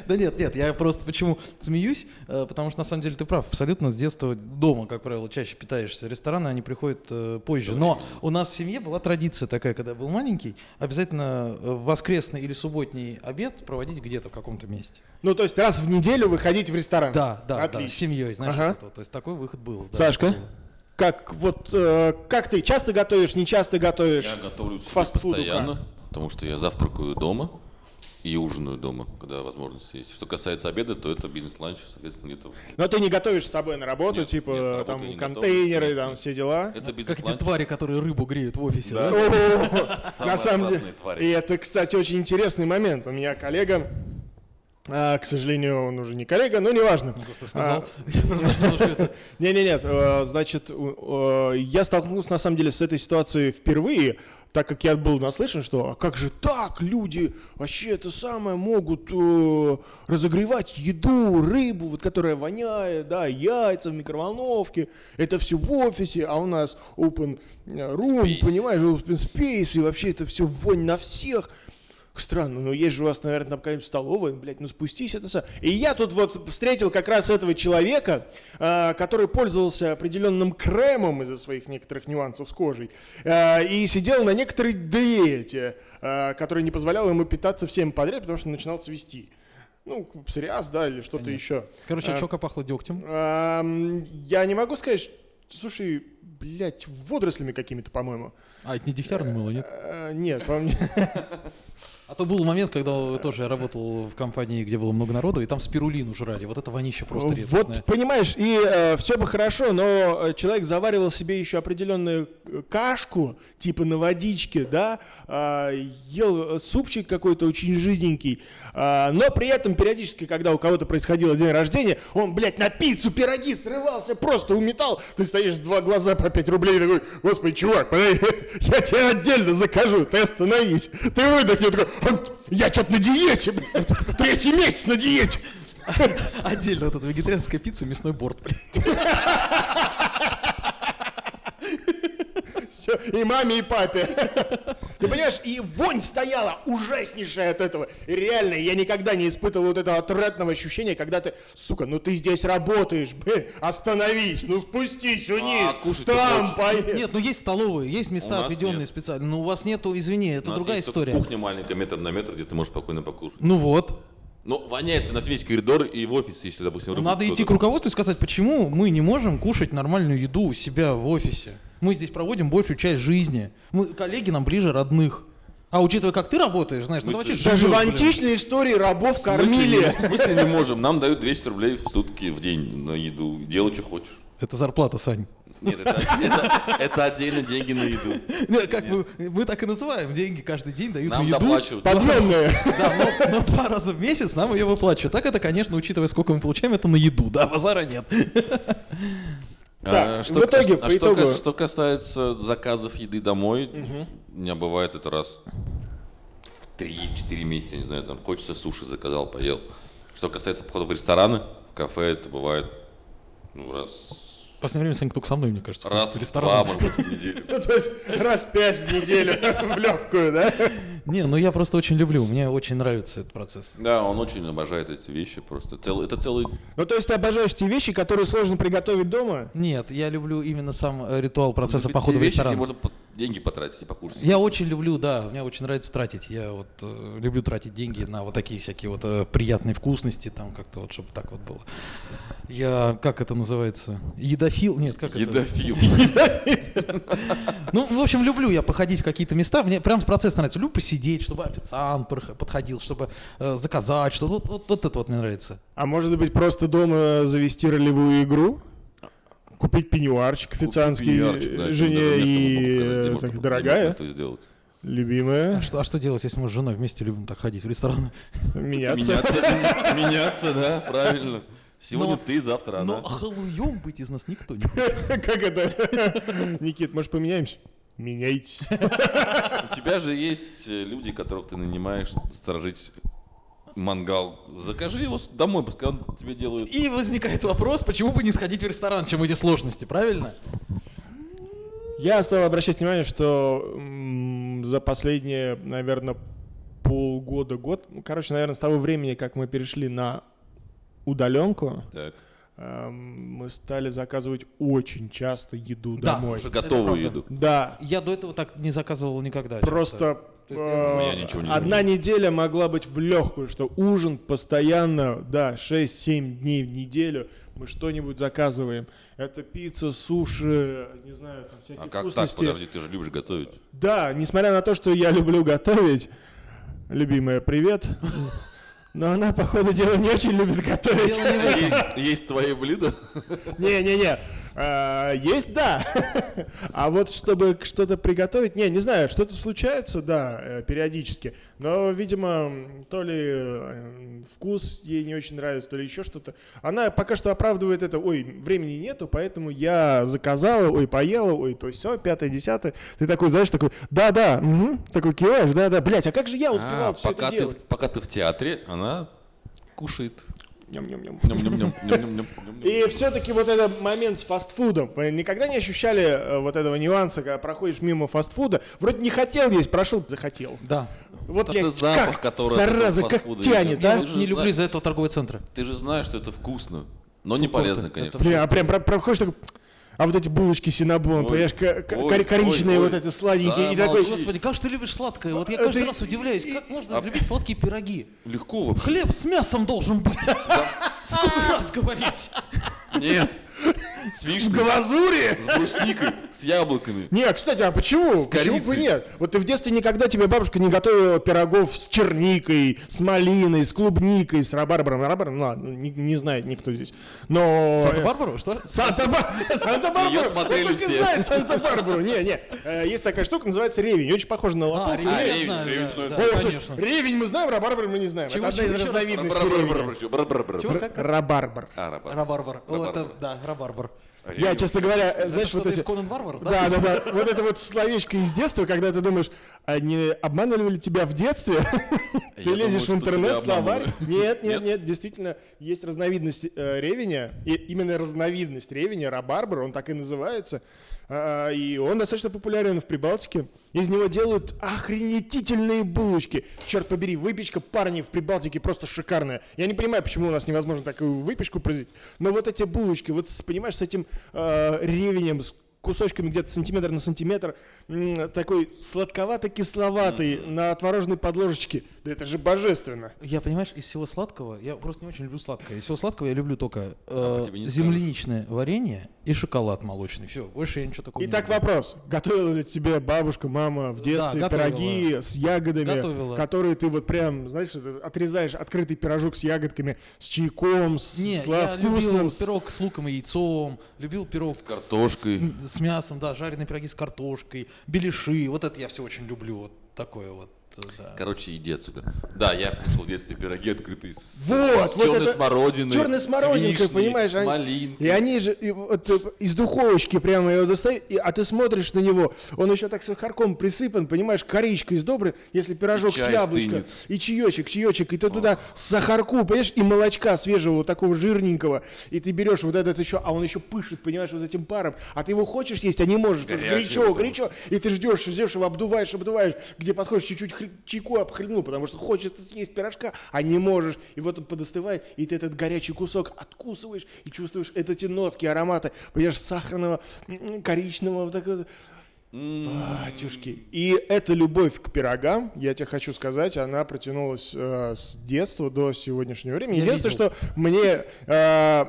[SPEAKER 1] Да нет, нет, я просто почему смеюсь, э, потому что на самом деле ты прав, абсолютно с детства дома, как правило, чаще питаешься. Рестораны, они приходят э, позже. Но у нас в семье была традиция такая, когда я был маленький, обязательно э, воскресный или субботний обед проводить где-то в каком-то месте.
[SPEAKER 3] Ну, то есть раз в неделю выходить в ресторан.
[SPEAKER 1] Да, да, да, с
[SPEAKER 3] Отлично.
[SPEAKER 1] семьей, знаешь,
[SPEAKER 3] Ага.
[SPEAKER 1] вот это вот. то есть такой выход был. да,
[SPEAKER 3] Сашка,
[SPEAKER 1] это было.
[SPEAKER 3] как вот э, как ты часто готовишь, не часто готовишь?
[SPEAKER 2] Я готовлю себе
[SPEAKER 3] фастфуду
[SPEAKER 2] постоянно, потому что я завтракаю дома и ужинаю дома, когда возможность есть. Что касается обеда, то это бизнес-ланч, соответственно, где-то...
[SPEAKER 3] Но ты не готовишь с собой на работу,
[SPEAKER 2] Нет,
[SPEAKER 3] типа
[SPEAKER 2] нет, на работу я
[SPEAKER 3] там
[SPEAKER 2] не
[SPEAKER 3] контейнеры,
[SPEAKER 2] готовлю.
[SPEAKER 3] там все дела.
[SPEAKER 2] Это
[SPEAKER 1] Как эти
[SPEAKER 2] бизнес-ланч.
[SPEAKER 1] твари, которые рыбу греют в офисе, да?
[SPEAKER 3] О,
[SPEAKER 2] Самые
[SPEAKER 3] На самом деле.
[SPEAKER 2] отвратные твари.
[SPEAKER 3] И это, кстати, очень интересный момент. У меня коллега, а, к сожалению, он уже не коллега, но неважно.
[SPEAKER 1] Ну,
[SPEAKER 3] А,
[SPEAKER 1] Просто сказал. Я просто подумал, что это-
[SPEAKER 3] не не нет э, значит, у- э, я столкнулся на самом деле с этой ситуацией впервые, так как я был наслышан, что «А как же так, люди вообще это самое могут э, разогревать еду, рыбу, вот которая воняет, да, яйца в микроволновке, это все в офисе, а у нас open э, room,
[SPEAKER 2] Space.
[SPEAKER 3] понимаешь, open space, и вообще это все вонь на всех. Странно, но есть же у вас, наверное, там какая-нибудь столовая, блядь, ну спустись это са- И я тут вот встретил как раз этого человека, а, который пользовался определенным кремом из-за своих некоторых нюансов с кожей, а, и сидел на некоторой диете, а, которая не позволяла ему питаться всем подряд, потому что начинал цвести. Ну, псориаз, да, или что-то
[SPEAKER 1] Понятно.
[SPEAKER 3] еще.
[SPEAKER 1] Короче,
[SPEAKER 3] А.
[SPEAKER 1] щека пахла дегтем.
[SPEAKER 3] Ам, Я не могу сказать, ш- слушай, блядь, водорослями какими-то, по-моему.
[SPEAKER 1] А, это не дегтярное мыло, нет?
[SPEAKER 3] А, Нет, по мне.
[SPEAKER 1] А то был момент, когда тоже я работал в компании, где было много народу, и там спирулину жрали. Вот это вонища просто редкостная. <laughs>
[SPEAKER 3] Вот, понимаешь, и все бы хорошо, но э, человек заваривал себе еще определенную э, кашку, типа на водичке, да, а, ел э, супчик какой-то очень жиденький, а, но при этом периодически, когда у кого-то происходило день рождения, он, блядь, на пиццу, пироги срывался, просто уметал. Ты стоишь два глаза по 5 рублей и такой, господи, чувак, подожди, <laughs> я тебе отдельно закажу, ты остановись. Ты выдохни, такой, «Ам, я что-то на диете, блядь, третий месяц на диете.
[SPEAKER 1] Отдельно вот эта вегетарианская пицца, мясной борт. блин.
[SPEAKER 3] Всё, и маме, и <laughs> папе. Ты Ну, понимаешь, и вонь стояла ужаснейшая от этого. И реально, я никогда не испытывал вот этого отвратного ощущения, когда ты, сука, ну ты здесь работаешь, блин, остановись, ну спустись вниз,
[SPEAKER 2] А, кушать-то
[SPEAKER 3] там
[SPEAKER 2] хочется.
[SPEAKER 3] поешь.
[SPEAKER 1] Нет, ну есть столовые, есть
[SPEAKER 2] У
[SPEAKER 1] места,
[SPEAKER 2] нас
[SPEAKER 1] отведенные
[SPEAKER 2] нет.
[SPEAKER 1] специально. Но у вас нету, извини,
[SPEAKER 2] У
[SPEAKER 1] это
[SPEAKER 2] нас
[SPEAKER 1] другая
[SPEAKER 2] есть только
[SPEAKER 1] история.
[SPEAKER 2] Кухня маленькая, метр на метр, где ты можешь спокойно покушать.
[SPEAKER 1] Ну вот.
[SPEAKER 2] Ну, воняет ты на весь коридор и в офисе, если, допустим, рыбу
[SPEAKER 1] Надо
[SPEAKER 2] кто-то-
[SPEAKER 1] идти к руководству и сказать, почему мы не можем кушать нормальную еду у себя в офисе. Мы здесь проводим большую часть жизни. Мы коллеги нам ближе родных. А учитывая, как ты работаешь, знаешь, ну, ты
[SPEAKER 2] смысле?
[SPEAKER 1] вообще
[SPEAKER 3] Даже в
[SPEAKER 1] живёшь, блин.
[SPEAKER 3] античной истории рабов
[SPEAKER 2] В смысле не-
[SPEAKER 3] кормили.
[SPEAKER 2] В
[SPEAKER 3] <laughs>
[SPEAKER 2] смысле не можем? Нам дают 200 рублей в сутки в день на еду. Делай, что хочешь.
[SPEAKER 1] Это зарплата, Сань.
[SPEAKER 2] Нет, это, это- это отдельно деньги на еду.
[SPEAKER 1] Да, Как вы, мы так и называем, деньги каждый день дают
[SPEAKER 2] Нам
[SPEAKER 1] на еду.
[SPEAKER 2] доплачивают.
[SPEAKER 3] Подъемные.
[SPEAKER 1] Да, но, но два раза в месяц нам ее выплачивают. Так это, конечно, учитывая, сколько мы получаем, это на еду, да, базара нет.
[SPEAKER 3] Так,
[SPEAKER 2] А,
[SPEAKER 3] в итоге,
[SPEAKER 2] а
[SPEAKER 3] по
[SPEAKER 2] что
[SPEAKER 3] итогу-
[SPEAKER 2] кас- что касается заказов еды домой, у меня бывает это раз в 3-4 месяца, я не знаю, там хочется суши заказал, поел. Что касается походов в рестораны, в кафе, это бывает ну, раз,
[SPEAKER 1] В последнее время Саня только со мной, мне кажется.
[SPEAKER 2] раз
[SPEAKER 1] ходит
[SPEAKER 2] в
[SPEAKER 1] в
[SPEAKER 2] два,
[SPEAKER 1] ресторан.
[SPEAKER 2] может быть, в неделю.
[SPEAKER 3] <laughs> Ну, то есть раз пять в неделю, <laughs> в легкую, да?
[SPEAKER 1] Не, ну я просто очень люблю, мне очень нравится этот процесс.
[SPEAKER 2] Да, он очень обожает эти вещи просто. Целый- это целый...
[SPEAKER 3] Ну, то есть ты обожаешь те вещи, которые сложно приготовить дома?
[SPEAKER 1] Нет, я люблю именно сам э, ритуал процесса
[SPEAKER 2] те
[SPEAKER 1] похода в
[SPEAKER 2] вещи, где
[SPEAKER 1] ресторан.
[SPEAKER 2] можно по- деньги потратить и покушать.
[SPEAKER 1] Я очень люблю, да, мне очень нравится тратить. Я вот э, люблю тратить деньги на вот такие всякие вот э, приятные вкусности, там как-то вот, чтобы так вот было. Я, как это называется? Едофил? Нет, как это?
[SPEAKER 2] Едофил.
[SPEAKER 1] Ну, в общем, люблю я походить в какие-то места. Мне прям процесс нравится. Люблю посидеть, чтобы официант прох- подходил, чтобы э, заказать, что вот, вот, вот это вот мне нравится.
[SPEAKER 3] А может быть, просто дома завести ролевую игру? Купить
[SPEAKER 2] <laughs>
[SPEAKER 3] пеньюарчик официантский
[SPEAKER 2] Ярче, да,
[SPEAKER 3] жене
[SPEAKER 2] даже место могу показать, где
[SPEAKER 3] и э,
[SPEAKER 2] можно
[SPEAKER 3] так,
[SPEAKER 2] покушать, можно
[SPEAKER 3] дорогая,
[SPEAKER 2] это сделать.
[SPEAKER 1] А
[SPEAKER 3] любимая,
[SPEAKER 1] что, а что делать, если мы с женой вместе любим так ходить в рестораны?
[SPEAKER 3] меняться.
[SPEAKER 2] Меняться, <laughs> меняться, да, правильно. Сегодня
[SPEAKER 1] Но-
[SPEAKER 2] ты, завтра она.
[SPEAKER 1] Но халуем быть из нас никто не хочет.
[SPEAKER 3] <laughs> Как это? <laughs> Никит, может, поменяемся? Меняйтесь. <laughs>
[SPEAKER 2] У тебя же есть э, люди, которых ты нанимаешь сторожить мангал. Закажи его с- домой, пускай он тебе делает.
[SPEAKER 1] И возникает вопрос, почему бы не сходить в ресторан, чем эти сложности, правильно?
[SPEAKER 3] Я стал обращать внимание, что м, за последние, наверное, полгода, год, ну, короче, наверное, с того времени, как мы перешли на удаленку, э,
[SPEAKER 2] Так,
[SPEAKER 3] мы стали заказывать очень часто еду
[SPEAKER 1] Да,
[SPEAKER 3] домой.
[SPEAKER 2] уже
[SPEAKER 1] правда.
[SPEAKER 2] готовую еду.
[SPEAKER 3] Да,
[SPEAKER 1] Я до этого так не заказывал никогда. честно.
[SPEAKER 3] Просто
[SPEAKER 1] То есть я-
[SPEAKER 2] У меня ничего не
[SPEAKER 3] э, одна неделя могла быть в легкую, что ужин постоянно, да, 6-7 дней в неделю мы что-нибудь заказываем. Это пицца, суши, не знаю, там всякие
[SPEAKER 2] А как так?
[SPEAKER 3] вкусности.
[SPEAKER 2] Подожди, ты же любишь готовить.
[SPEAKER 3] Да, несмотря на то, что я люблю готовить,
[SPEAKER 2] <laughs>
[SPEAKER 3] любимая, привет, но она, по ходу дела, не очень любит готовить.
[SPEAKER 1] Дело не в этом.
[SPEAKER 2] Есть- Есть твои блюда?
[SPEAKER 3] Не-не-не. А, Есть, да. <laughs> А вот чтобы к- что-то приготовить, не, не знаю, что-то случается, да, э, периодически. Но, видимо, м, то ли э, вкус ей не очень нравится, то ли еще что-то. Она пока что оправдывает это, ой, времени нету, поэтому я заказала, ой, поела, ой, то все, пятое, десятое. Ты такой, знаешь, такой, да-да, мгм», такой киваешь, да-да, блять, а как же я успевал
[SPEAKER 2] А,
[SPEAKER 3] все это
[SPEAKER 2] пока ты,
[SPEAKER 3] делать?
[SPEAKER 2] в- пока ты в театре, она кушает.
[SPEAKER 3] Ням-ням-ням.
[SPEAKER 2] Ням-ням-ням, ням-ням-ням, ням-ням.
[SPEAKER 3] И все-таки вот этот момент с фастфудом. Вы никогда не ощущали э, вот этого нюанса, когда проходишь мимо фастфуда? Вроде не хотел есть, прошел, захотел.
[SPEAKER 1] Да.
[SPEAKER 3] Вот
[SPEAKER 2] Это
[SPEAKER 3] я
[SPEAKER 2] запах,
[SPEAKER 3] как,
[SPEAKER 2] который от
[SPEAKER 3] зараза,
[SPEAKER 2] этого
[SPEAKER 3] как
[SPEAKER 2] фастфуда
[SPEAKER 3] тянет,
[SPEAKER 2] идет.
[SPEAKER 3] да?
[SPEAKER 2] Ты же
[SPEAKER 1] Не люблю
[SPEAKER 2] зна-
[SPEAKER 1] из-за этого торговые центры.
[SPEAKER 2] Ты же знаешь, что это вкусно, но не полезно,
[SPEAKER 1] это
[SPEAKER 2] конечно.
[SPEAKER 3] Блин, а прям про- проходишь такой... А вот эти булочки
[SPEAKER 2] Ой,
[SPEAKER 3] синабон, понимаешь, ко- ко-
[SPEAKER 2] ой,
[SPEAKER 3] коричневые
[SPEAKER 2] ой,
[SPEAKER 3] вот
[SPEAKER 2] ой.
[SPEAKER 3] эти сладенькие. и
[SPEAKER 2] Да,
[SPEAKER 3] такой,
[SPEAKER 1] Господи, как же ты любишь сладкое? Вот я
[SPEAKER 3] А
[SPEAKER 1] каждый
[SPEAKER 3] ты- а
[SPEAKER 1] раз удивляюсь, как можно любить сладкие пироги?
[SPEAKER 2] Легко вообще.
[SPEAKER 1] Хлеб с мясом должен быть. Сколько раз говорить?
[SPEAKER 3] <laughs>
[SPEAKER 2] Нет. С
[SPEAKER 3] в
[SPEAKER 2] вишней,
[SPEAKER 3] глазури!
[SPEAKER 2] с брусникой, с яблоками.
[SPEAKER 3] Не, кстати, а почему? почему бы
[SPEAKER 2] корицей.
[SPEAKER 3] нет? Вот ты в детстве никогда тебе бабушка не готовила пирогов с черникой, с малиной, с клубникой, с рабарбаром. Рабарбаром, ну ладно, не, не знает никто здесь. Но...
[SPEAKER 1] Санта-Барбару, что?
[SPEAKER 3] Санта-Барбару!
[SPEAKER 2] Её
[SPEAKER 3] Санта-Барбару!
[SPEAKER 2] смотрели
[SPEAKER 3] Он только
[SPEAKER 2] все.
[SPEAKER 3] знает Санта-Барбару. Не, не. Э, Есть такая штука, называется ревень. Очень похожа на лопату.
[SPEAKER 1] А, ревень,
[SPEAKER 2] ревень,
[SPEAKER 1] я знаю,
[SPEAKER 2] ревень
[SPEAKER 1] да,
[SPEAKER 2] знаю,
[SPEAKER 1] да,
[SPEAKER 3] О, слушай,
[SPEAKER 1] конечно.
[SPEAKER 3] ревень мы знаем, рабарбар мы не знаем.
[SPEAKER 1] Чего,
[SPEAKER 3] это одна из
[SPEAKER 1] чего, чего?
[SPEAKER 3] разновидностей ревня.
[SPEAKER 1] Чего,
[SPEAKER 2] Бра-бра-бра-бра.
[SPEAKER 1] как?
[SPEAKER 3] Рабарбар.
[SPEAKER 2] А, раба.
[SPEAKER 1] Рабарбар. О, это,
[SPEAKER 2] Рабарбар.
[SPEAKER 1] да, рабарбар.
[SPEAKER 3] Я, честно говоря, э, знаешь, вот
[SPEAKER 1] что-то
[SPEAKER 3] эти...
[SPEAKER 1] из Conan Варвар, да?
[SPEAKER 3] Да, да, да. Вот это вот словечко из детства, когда ты думаешь, а не обманывали ли тебя в детстве? <laughs> Ты
[SPEAKER 2] Я
[SPEAKER 3] лезешь в
[SPEAKER 2] думал, что тебя
[SPEAKER 3] интернет, словарь. Нет, нет,
[SPEAKER 2] Нет?
[SPEAKER 3] нет, действительно, есть разновидность э, ревеня, и именно разновидность ревеня, рабарбар, он так и называется. А, И он достаточно популярен в Прибалтике. Из него делают охренетительные булочки. Черт побери, выпечка, парни, в Прибалтике просто шикарная. Я не понимаю, почему у нас невозможно такую выпечку произвести. Но вот эти булочки, вот с- понимаешь, с этим э, ревенем, с кусочками где-то сантиметр на сантиметр, м, такой сладковато-кисловатый на отвороженной подложечке. Да это же божественно.
[SPEAKER 1] Я, понимаешь, из всего сладкого, я просто не очень люблю сладкое. Из всего сладкого я люблю только э,
[SPEAKER 2] А, тебе не
[SPEAKER 1] земляничное варенье и шоколад молочный. Все, больше я ничего такого не
[SPEAKER 3] Итак,
[SPEAKER 1] люблю.
[SPEAKER 3] вопрос. Готовила ли тебе бабушка, мама в детстве
[SPEAKER 1] Да, готовила.
[SPEAKER 3] пироги с ягодами,
[SPEAKER 1] Готовила.
[SPEAKER 3] которые ты вот прям, знаешь, это отрезаешь открытый пирожок с ягодками, с чайком, с
[SPEAKER 1] Не,
[SPEAKER 3] сла-
[SPEAKER 1] я
[SPEAKER 3] вкусным,
[SPEAKER 1] любил
[SPEAKER 3] с-
[SPEAKER 1] пирог с луком и яйцом, любил пирог с
[SPEAKER 2] картошкой.
[SPEAKER 1] с, мясом, да, жареные пироги с картошкой, беляши, вот это я все очень люблю, вот такое вот, э, да.
[SPEAKER 2] Короче, иди отсюда. Да, я кушал в детстве пироги открытые с,
[SPEAKER 3] Вот,
[SPEAKER 2] с
[SPEAKER 3] вот
[SPEAKER 2] черной
[SPEAKER 3] это-
[SPEAKER 2] смородиной,
[SPEAKER 3] С черной
[SPEAKER 2] с
[SPEAKER 3] смородинкой,
[SPEAKER 2] вишней,
[SPEAKER 3] понимаешь? а
[SPEAKER 2] с
[SPEAKER 3] они-
[SPEAKER 2] малинкой.
[SPEAKER 3] И они же и вот, э, из духовочки прямо его достают, и- а ты смотришь на него, он еще так сахарком присыпан, понимаешь, коричкой из доброй, если пирожок
[SPEAKER 2] И
[SPEAKER 3] с
[SPEAKER 2] чай
[SPEAKER 3] яблочком,
[SPEAKER 2] стынет.
[SPEAKER 3] и чаечек, чаечек, и ты туда сахарку, понимаешь, и молочка свежего, вот такого жирненького, и ты берешь вот этот еще, а он еще пышет, понимаешь, вот этим паром, а ты его хочешь есть, а не можешь, потому что
[SPEAKER 2] Горячий
[SPEAKER 3] горячо,
[SPEAKER 2] вот этот.
[SPEAKER 3] горячо, и ты ждешь, ждешь его, обдуваешь, обдуваешь, где подходишь, чуть-чуть хри- чайку обхлебнул, потому что хочется съесть пирожка, а не можешь. И вот он подостывает, и ты этот горячий кусок откусываешь и чувствуешь это эти нотки, ароматы, понимаешь, сахарного, м, м, коричневого, вот такого. Батюшки. И эта любовь к пирогам, я тебе хочу сказать, она протянулась э, с детства до сегодняшнего времени.
[SPEAKER 1] Я
[SPEAKER 3] Единственное,
[SPEAKER 1] видел.
[SPEAKER 3] что мне, э,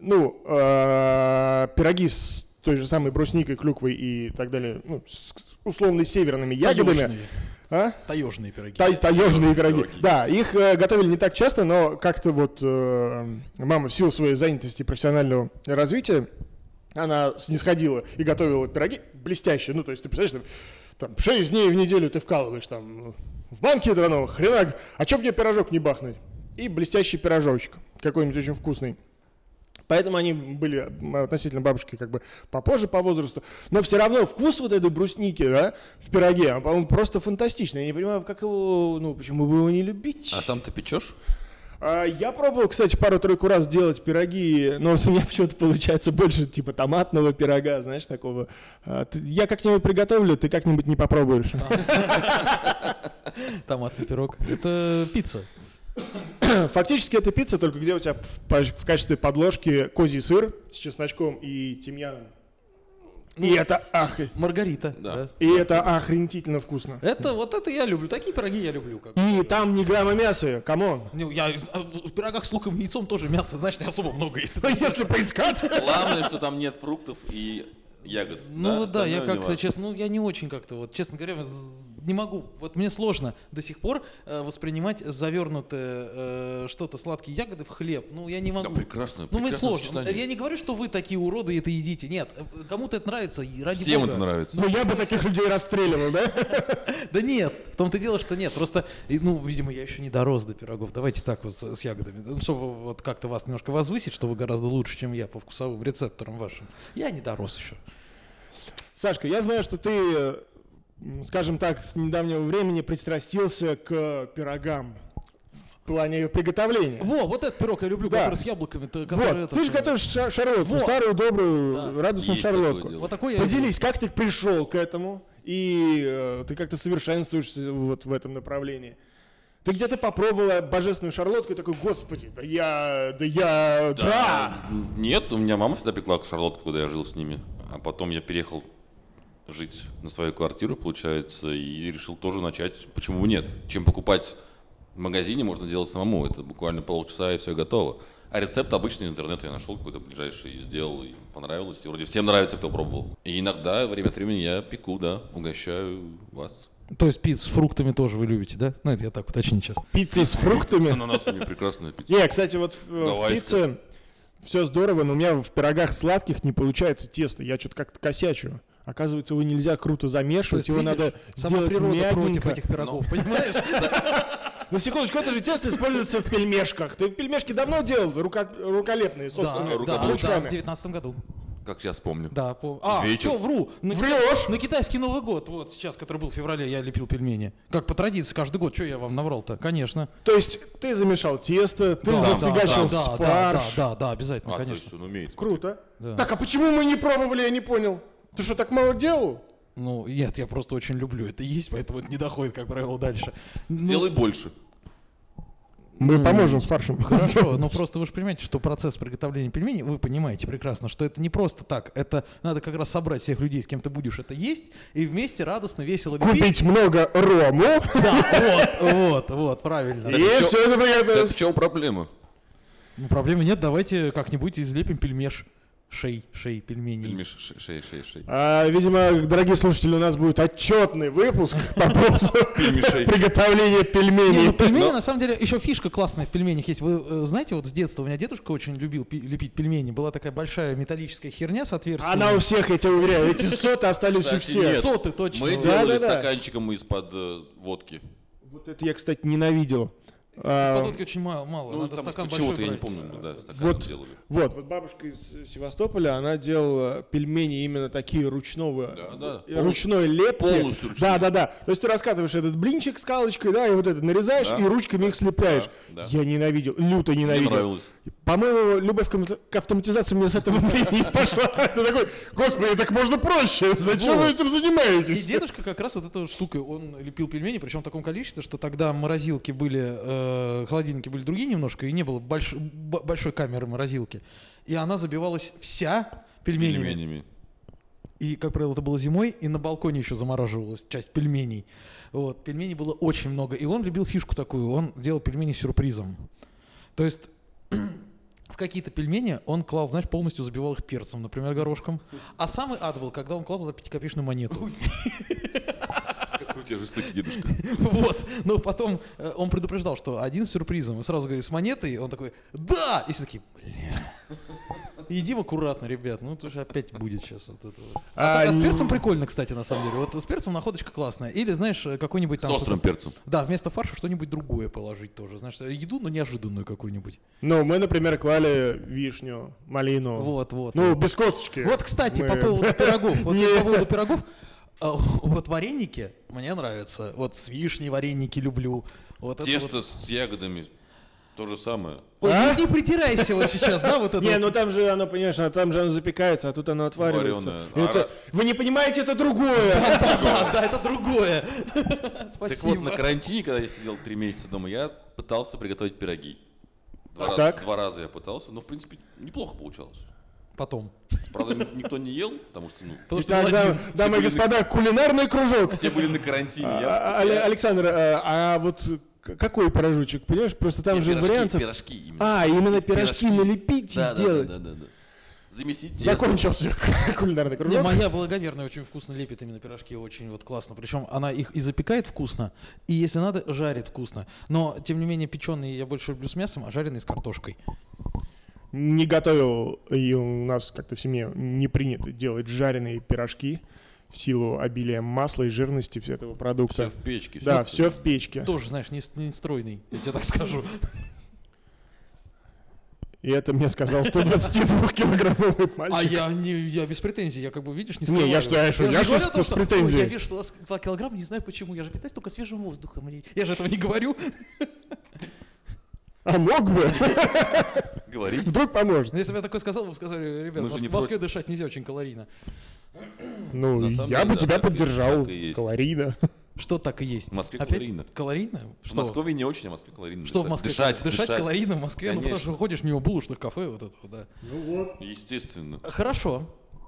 [SPEAKER 3] ну, э, пироги с той же самой брусникой, клюквой и так далее, ну, с с условно северными ягодами,
[SPEAKER 1] Таежные,
[SPEAKER 3] а?
[SPEAKER 1] таежные пироги.
[SPEAKER 3] Та- таежные пироги.
[SPEAKER 2] пироги.
[SPEAKER 3] Да, их э, готовили не так часто, но как-то вот э, мама в силу своей занятости и профессионального развития, она снисходила и готовила пироги блестящие. Ну, то есть ты представляешь, там, там 6 дней в неделю ты вкалываешь там в банке драного, хрена, а чё мне пирожок не бахнуть? И блестящий пирожочек, какой-нибудь очень вкусный. Поэтому они были м, относительно бабушки как бы попозже по возрасту. Но все равно вкус вот этой брусники, да, в пироге, он, по-моему, просто фантастичный. Я не понимаю, как его, ну, почему бы его не любить.
[SPEAKER 2] А сам ты печешь?
[SPEAKER 3] А, я пробовал, кстати, пару-тройку раз делать пироги, но вот у меня почему-то получается больше типа томатного пирога, знаешь, такого. А, ты- я как-нибудь приготовлю, ты как-нибудь не попробуешь.
[SPEAKER 1] Томатный пирог. Это пицца.
[SPEAKER 3] <clears throat> Фактически это пицца, только где у тебя в, по- в качестве подложки козий сыр с чесночком и тимьяном. И это ах...
[SPEAKER 1] Маргарита.
[SPEAKER 2] Да.
[SPEAKER 1] да.
[SPEAKER 3] И это охренительно вкусно.
[SPEAKER 1] Это вот это я люблю. Такие пироги я люблю. Как. бы.
[SPEAKER 3] И там не грамма мяса, камон.
[SPEAKER 1] Ну, я а, в в пирогах с луком и яйцом тоже мяса, значит, не особо много есть.
[SPEAKER 3] Ну, Если поискать.
[SPEAKER 2] Главное, что там нет фруктов и ягод.
[SPEAKER 1] Ну вот да, я
[SPEAKER 2] остальное
[SPEAKER 1] как-то,
[SPEAKER 2] неважно.
[SPEAKER 1] честно, ну я не очень как-то, вот, честно говоря, з- не могу. Вот мне сложно до сих пор э, воспринимать завернутые э, что-то сладкие ягоды в хлеб. Ну я не могу.
[SPEAKER 2] Да, прекрасно.
[SPEAKER 1] ну мы
[SPEAKER 2] прекрасное
[SPEAKER 1] сложно.
[SPEAKER 2] сочетание.
[SPEAKER 1] Я не говорю, что вы такие уроды и это едите. Нет, э, кому-то это нравится. и Ради
[SPEAKER 2] Всем
[SPEAKER 1] бога.
[SPEAKER 2] это нравится.
[SPEAKER 3] Ну, я бы таких людей расстреливал, да?
[SPEAKER 1] Да нет, в том-то и дело, что нет. Просто, и, ну, видимо, я еще не дорос до пирогов. Давайте так вот с, с ягодами. Ну, чтобы вот как-то вас немножко возвысить, что вы гораздо лучше, чем я по вкусовым рецепторам вашим. Я не дорос еще.
[SPEAKER 3] Сашка, я знаю, что ты, э, м, скажем так, с недавнего времени пристрастился к пирогам в плане их приготовления.
[SPEAKER 1] Во, вот этот пирог я люблю,
[SPEAKER 3] Да.
[SPEAKER 1] который с яблоками. то-
[SPEAKER 3] Вот,
[SPEAKER 1] который
[SPEAKER 3] ты
[SPEAKER 1] этот,
[SPEAKER 3] же
[SPEAKER 1] э,
[SPEAKER 3] готовишь ша- шарлотку, старую, добрую, радостную
[SPEAKER 2] Есть такое дело.
[SPEAKER 3] шарлотку.
[SPEAKER 1] Вот такой я люблю.
[SPEAKER 3] Поделись, как ты пришел к этому, и э, ты как-то совершенствуешься вот в этом направлении. Ты где-то попробовала божественную шарлотку и такой, господи, да я, да я, да.
[SPEAKER 2] А, н- Нет, у меня мама всегда пекла шарлотку, когда я жил с ними. А потом я переехал жить на свою квартиру, получается, и решил тоже начать. Почему бы нет? Чем покупать в магазине, можно делать самому. Это буквально полчаса, и все готово. А рецепт обычно из интернета я нашел какой-то ближайший и сделал, и понравилось. И вроде всем нравится, кто пробовал. И иногда, время от времени, я пеку, да, угощаю вас.
[SPEAKER 1] То есть пиц с фруктами тоже вы любите, да? Ну, это я так уточню сейчас.
[SPEAKER 3] Пицца с
[SPEAKER 2] С
[SPEAKER 3] фруктами.
[SPEAKER 2] ананасами прекрасная пицца.
[SPEAKER 3] Не, кстати, вот в- в
[SPEAKER 2] Гавайская.
[SPEAKER 3] пицце все здорово, но у меня в пирогах сладких не получается тесто. Я что-то как-то косячу. Оказывается, его нельзя круто
[SPEAKER 1] То есть,
[SPEAKER 3] замешивать, его
[SPEAKER 1] видишь,
[SPEAKER 3] надо
[SPEAKER 1] сама
[SPEAKER 3] сделать
[SPEAKER 1] природа против
[SPEAKER 3] мягенько.
[SPEAKER 1] этих пирогов, понимаешь?
[SPEAKER 3] Ну, секундочку, это же тесто используется в пельмешках. Ты пельмешки давно делал, рука- руколепные, собственно.
[SPEAKER 1] Да, да,
[SPEAKER 2] рукоблудие.
[SPEAKER 1] да, в девятнадцатом году.
[SPEAKER 2] Как я вспомню.
[SPEAKER 1] Да, помню. А,
[SPEAKER 2] Вечер.
[SPEAKER 1] чё, вру. На, кита-
[SPEAKER 3] Врёшь.
[SPEAKER 1] На китайский Новый год, вот сейчас, который был в феврале, я лепил пельмени. Как по традиции, каждый год. Что я вам наврал-то? Конечно.
[SPEAKER 3] То есть ты замешал тесто, ты
[SPEAKER 1] Да,
[SPEAKER 3] зафигачил
[SPEAKER 1] да, да,
[SPEAKER 3] фарш.
[SPEAKER 1] Да, да, да, обязательно,
[SPEAKER 2] а, то
[SPEAKER 1] конечно.
[SPEAKER 2] есть он умеет.
[SPEAKER 3] Круто.
[SPEAKER 1] Да.
[SPEAKER 3] Так, а почему мы не пробовали, я не понял. Ты что, так мало делал?
[SPEAKER 1] Ну, нет, я просто очень люблю это есть, поэтому это не доходит, как правило, дальше. Ну,
[SPEAKER 2] Сделай больше.
[SPEAKER 3] Мы поможем с фаршем. <laughs>
[SPEAKER 1] Хорошо, но ну, просто вы же понимаете, что процесс приготовления пельменей, вы понимаете прекрасно, что это не просто так. Это надо как раз собрать всех людей, с кем ты будешь это есть, и вместе радостно, весело лепить.
[SPEAKER 3] Купить много рому.
[SPEAKER 1] Да, вот, вот, вот, правильно.
[SPEAKER 3] И
[SPEAKER 2] чё-
[SPEAKER 3] все это
[SPEAKER 2] Так
[SPEAKER 3] приготовилось.
[SPEAKER 2] в чем проблема?
[SPEAKER 1] Ну, проблемы нет, давайте как-нибудь излепим пельмеш. Шей, шей, пельменей.
[SPEAKER 2] Пельмеш, ше- шея, шея, шея.
[SPEAKER 3] А, видимо, дорогие слушатели, у нас будет отчетный выпуск
[SPEAKER 1] <laughs>
[SPEAKER 3] по поводу
[SPEAKER 2] Пельмешей.
[SPEAKER 3] приготовления
[SPEAKER 1] Не, ну,
[SPEAKER 3] пельменей.
[SPEAKER 1] пельмени, на самом деле, еще фишка классная в пельменях есть. Вы э, знаете, вот с детства у меня дедушка очень любил пи- лепить пельмени. Была такая большая металлическая херня с отверстиями.
[SPEAKER 3] Она у всех, я тебя уверяю, эти соты остались у
[SPEAKER 2] Кстати,
[SPEAKER 3] всех.
[SPEAKER 2] нет.
[SPEAKER 1] Соты точно.
[SPEAKER 2] Мы
[SPEAKER 1] вот.
[SPEAKER 2] делали
[SPEAKER 3] Да-да-да.
[SPEAKER 2] стаканчиком из-под э, водки.
[SPEAKER 3] Вот это я, кстати, ненавидел. А,
[SPEAKER 1] Подводки очень мало, мало.
[SPEAKER 2] Ну,
[SPEAKER 1] надо
[SPEAKER 2] там
[SPEAKER 1] стакан большой
[SPEAKER 2] чего-то я не
[SPEAKER 1] брать.
[SPEAKER 2] помню, мы, да, стакан
[SPEAKER 3] Вот.
[SPEAKER 2] делали.
[SPEAKER 3] Вот, вот бабушка из э, Севастополя, она делала пельмени именно такие ручного,
[SPEAKER 2] Да,
[SPEAKER 3] э,
[SPEAKER 2] да.
[SPEAKER 3] ручной лепки.
[SPEAKER 2] полностью ручные.
[SPEAKER 3] Да, да, да. То есть ты раскатываешь этот блинчик с калочкой, да, и вот это нарезаешь,
[SPEAKER 2] Да.
[SPEAKER 3] и ручками их слепляешь.
[SPEAKER 2] Да, да.
[SPEAKER 3] Я ненавидел, люто ненавидел.
[SPEAKER 2] нравилось.
[SPEAKER 3] По-моему, любовь к ам- к автоматизации у меня с этого <laughs> времени пошла. Ты такой, господи, так можно проще, зачем вы
[SPEAKER 1] Вот.
[SPEAKER 3] этим
[SPEAKER 1] И
[SPEAKER 3] занимаетесь?
[SPEAKER 1] дедушка как раз вот эта вот штука, он лепил пельмени, причем в таком количестве, что тогда морозилки были, э, холодильники были другие немножко, и не было больш- б- большой камеры морозилки. И она забивалась вся пельменями.
[SPEAKER 2] Пельменями.
[SPEAKER 1] И, как правило, это было зимой, и на балконе еще замораживалась часть пельменей. Вот, пельменей было очень много. И он любил фишку такую, он делал пельмени с сюрпризом. То есть <clears throat> в какие-то пельмени он клал, знаешь, полностью забивал их перцем, например, горошком. А самый ад был, когда он клал туда пятикопеечную монету.
[SPEAKER 2] Какой у тебя жестокий дедушка.
[SPEAKER 1] <laughs> Вот. Но потом э, он предупреждал, что один с сюрпризом. И сразу говорит, с монетой. Он такой, да! И все такие, бля. Едим аккуратно, ребят. Ну, это же опять будет сейчас вот это вот. А,
[SPEAKER 3] А,
[SPEAKER 1] так, а с
[SPEAKER 3] не-
[SPEAKER 1] перцем прикольно, кстати, на самом деле. Вот с перцем находочка классная. Или, знаешь, э, какой-нибудь
[SPEAKER 2] С
[SPEAKER 1] там...
[SPEAKER 2] острым
[SPEAKER 1] что-то-
[SPEAKER 2] перцем.
[SPEAKER 1] Да, вместо фарша что-нибудь другое положить тоже. Знаешь, э, еду, но неожиданную какую-нибудь.
[SPEAKER 3] Ну, мы, например, клали вишню, малину.
[SPEAKER 1] Вот, вот.
[SPEAKER 3] Ну, без косточки.
[SPEAKER 1] Вот, кстати, по
[SPEAKER 3] Мы- <laughs>
[SPEAKER 1] поводу пирогов. Вот
[SPEAKER 3] Не.
[SPEAKER 1] по поводу пирогов. а, Вот вареники мне нравятся. Вот с вишней вареники люблю. Вот это
[SPEAKER 2] Тесто с ягодами. То же самое.
[SPEAKER 1] Вот
[SPEAKER 3] А?
[SPEAKER 1] не, не притирайся вот сейчас, да,
[SPEAKER 3] <laughs>
[SPEAKER 1] вот это.
[SPEAKER 3] Не,
[SPEAKER 1] вот.
[SPEAKER 3] ну там же оно, понимаешь, а там же оно запекается, а тут оно отваривается.
[SPEAKER 2] Варёное.
[SPEAKER 3] Это-
[SPEAKER 2] А-
[SPEAKER 3] Вы не понимаете, это другое.
[SPEAKER 1] да, <laughs> да, да, это другое.
[SPEAKER 2] Так вот, на
[SPEAKER 1] Спасибо.
[SPEAKER 2] карантине, когда я сидел три месяца дома, я пытался приготовить пироги. Два, раз-
[SPEAKER 3] Так.
[SPEAKER 2] два раза я пытался, но, в принципе, неплохо получалось.
[SPEAKER 1] Потом.
[SPEAKER 2] Правда, ни- никто не ел, потому что, ну,
[SPEAKER 1] Потому что
[SPEAKER 3] Итак,
[SPEAKER 1] был
[SPEAKER 3] да-
[SPEAKER 1] один.
[SPEAKER 3] дамы и
[SPEAKER 2] были
[SPEAKER 3] господа, кулинарный кружок.
[SPEAKER 2] все были на карантине. Я-
[SPEAKER 3] А,
[SPEAKER 2] я-
[SPEAKER 3] а, Александр, а а вот к- какой пирожочек, понимаешь? Просто там
[SPEAKER 2] Нет,
[SPEAKER 3] же
[SPEAKER 2] пирожки,
[SPEAKER 3] вариантов.
[SPEAKER 2] Пирожки именно.
[SPEAKER 3] А, именно
[SPEAKER 2] Пирожки.
[SPEAKER 3] пирожки налепить и
[SPEAKER 2] Да, да, да,
[SPEAKER 3] сделать.
[SPEAKER 2] Да, да, да. Замесить тесто.
[SPEAKER 3] Закончился <laughs> кулинарный
[SPEAKER 1] Не,
[SPEAKER 3] кружок.
[SPEAKER 1] моя благоверная очень вкусно лепит именно пирожки, очень вот классно. Причем она их и запекает вкусно, и если надо, жарит вкусно. Но, тем не менее, печеные я больше люблю с мясом, а жареные с картошкой.
[SPEAKER 3] Не готовил, и у нас как-то в семье не принято делать жареные пирожки в силу обилия масла и жирности всего этого
[SPEAKER 2] Все
[SPEAKER 3] продукта.
[SPEAKER 2] в печке.
[SPEAKER 3] Да, все в печке.
[SPEAKER 1] Тоже, знаешь, не, с- не стройный, я тебе так скажу.
[SPEAKER 3] И это
[SPEAKER 2] <laughs>
[SPEAKER 3] мне сказал 122-килограммовый
[SPEAKER 1] А
[SPEAKER 3] мальчик.
[SPEAKER 1] я, не, я без претензий, я как бы, видишь, не
[SPEAKER 3] Не, я что, я что,
[SPEAKER 1] же
[SPEAKER 3] я
[SPEAKER 1] не
[SPEAKER 3] что с-
[SPEAKER 1] говорю о том,
[SPEAKER 3] с
[SPEAKER 1] что,
[SPEAKER 3] претензией?
[SPEAKER 1] «Ой, Я вешу 2 килограмма, не знаю почему, я же питаюсь только свежим воздухом. Я же этого не говорю. <laughs>
[SPEAKER 3] А мог бы,
[SPEAKER 2] Говори.
[SPEAKER 3] вдруг поможет.
[SPEAKER 1] Ну, Если бы я такое сказал, вы бы сказали, ребят,
[SPEAKER 2] Мы
[SPEAKER 1] в
[SPEAKER 2] же
[SPEAKER 1] Мос-
[SPEAKER 2] не
[SPEAKER 1] в Москве
[SPEAKER 2] против.
[SPEAKER 1] дышать нельзя очень калорийно.
[SPEAKER 3] Ну,
[SPEAKER 2] На самом
[SPEAKER 3] я
[SPEAKER 2] деле,
[SPEAKER 3] бы
[SPEAKER 2] да,
[SPEAKER 3] тебя
[SPEAKER 2] так и-
[SPEAKER 3] поддержал
[SPEAKER 2] так и есть.
[SPEAKER 3] калорийно.
[SPEAKER 1] Что так и есть?
[SPEAKER 2] В Москве
[SPEAKER 1] Опять?
[SPEAKER 2] калорийно.
[SPEAKER 1] Калорийно?
[SPEAKER 2] В
[SPEAKER 1] Что?
[SPEAKER 2] Москве не очень, а в Москве калорийно.
[SPEAKER 1] Что
[SPEAKER 2] дышать,
[SPEAKER 1] в Москве?
[SPEAKER 2] Дышать,
[SPEAKER 1] дышать, калорийно в Москве, ну потому
[SPEAKER 2] Конечно.
[SPEAKER 1] что ходишь мимо булочных кафе вот этого, да.
[SPEAKER 2] Естественно.
[SPEAKER 1] Хорошо.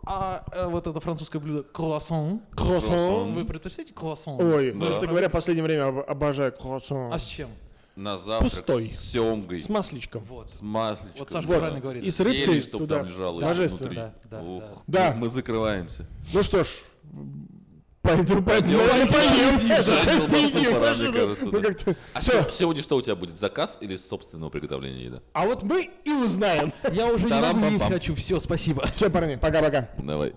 [SPEAKER 1] А э, вот это французское блюдо круассан.
[SPEAKER 3] Круассан.
[SPEAKER 2] Круассан.
[SPEAKER 1] Вы предпочитаете круассан?
[SPEAKER 3] Ой,
[SPEAKER 2] Да.
[SPEAKER 3] честно говоря, в последнее время об- обожаю круассан.
[SPEAKER 1] А с чем?
[SPEAKER 2] На завтрак
[SPEAKER 3] Пустой.
[SPEAKER 2] с семгой,
[SPEAKER 3] С масличком.
[SPEAKER 1] Вот.
[SPEAKER 2] с масличком.
[SPEAKER 1] Вот Сашка
[SPEAKER 2] да.
[SPEAKER 1] правильно говорит.
[SPEAKER 3] И с рыбкой
[SPEAKER 2] Зелень, чтоб
[SPEAKER 3] туда.
[SPEAKER 2] там лежало
[SPEAKER 3] Да.
[SPEAKER 2] ещё
[SPEAKER 3] Божественно.
[SPEAKER 2] внутри.
[SPEAKER 1] Да, да,
[SPEAKER 2] Ух,
[SPEAKER 3] да. Да.
[SPEAKER 2] Мы закрываемся.
[SPEAKER 3] Ну что ж, пойду, ну, пойду, наверное,
[SPEAKER 2] Жаль,
[SPEAKER 3] поем.
[SPEAKER 2] жаль,
[SPEAKER 3] Да,
[SPEAKER 2] жаль,
[SPEAKER 3] поедим,
[SPEAKER 2] пора,
[SPEAKER 3] хорошо,
[SPEAKER 2] мне
[SPEAKER 3] да.
[SPEAKER 2] кажется,
[SPEAKER 3] Ну
[SPEAKER 2] да.
[SPEAKER 3] как-то-
[SPEAKER 2] А
[SPEAKER 3] Всё.
[SPEAKER 2] се- сегодня что у тебя будет? Заказ или собственного приготовления еды?
[SPEAKER 3] А вот мы и узнаем. <laughs>
[SPEAKER 1] Я уже не могу
[SPEAKER 2] Тарам-пам-пам.
[SPEAKER 1] есть хочу, все, спасибо.
[SPEAKER 3] Все, парни, пока-пока.
[SPEAKER 2] Давай.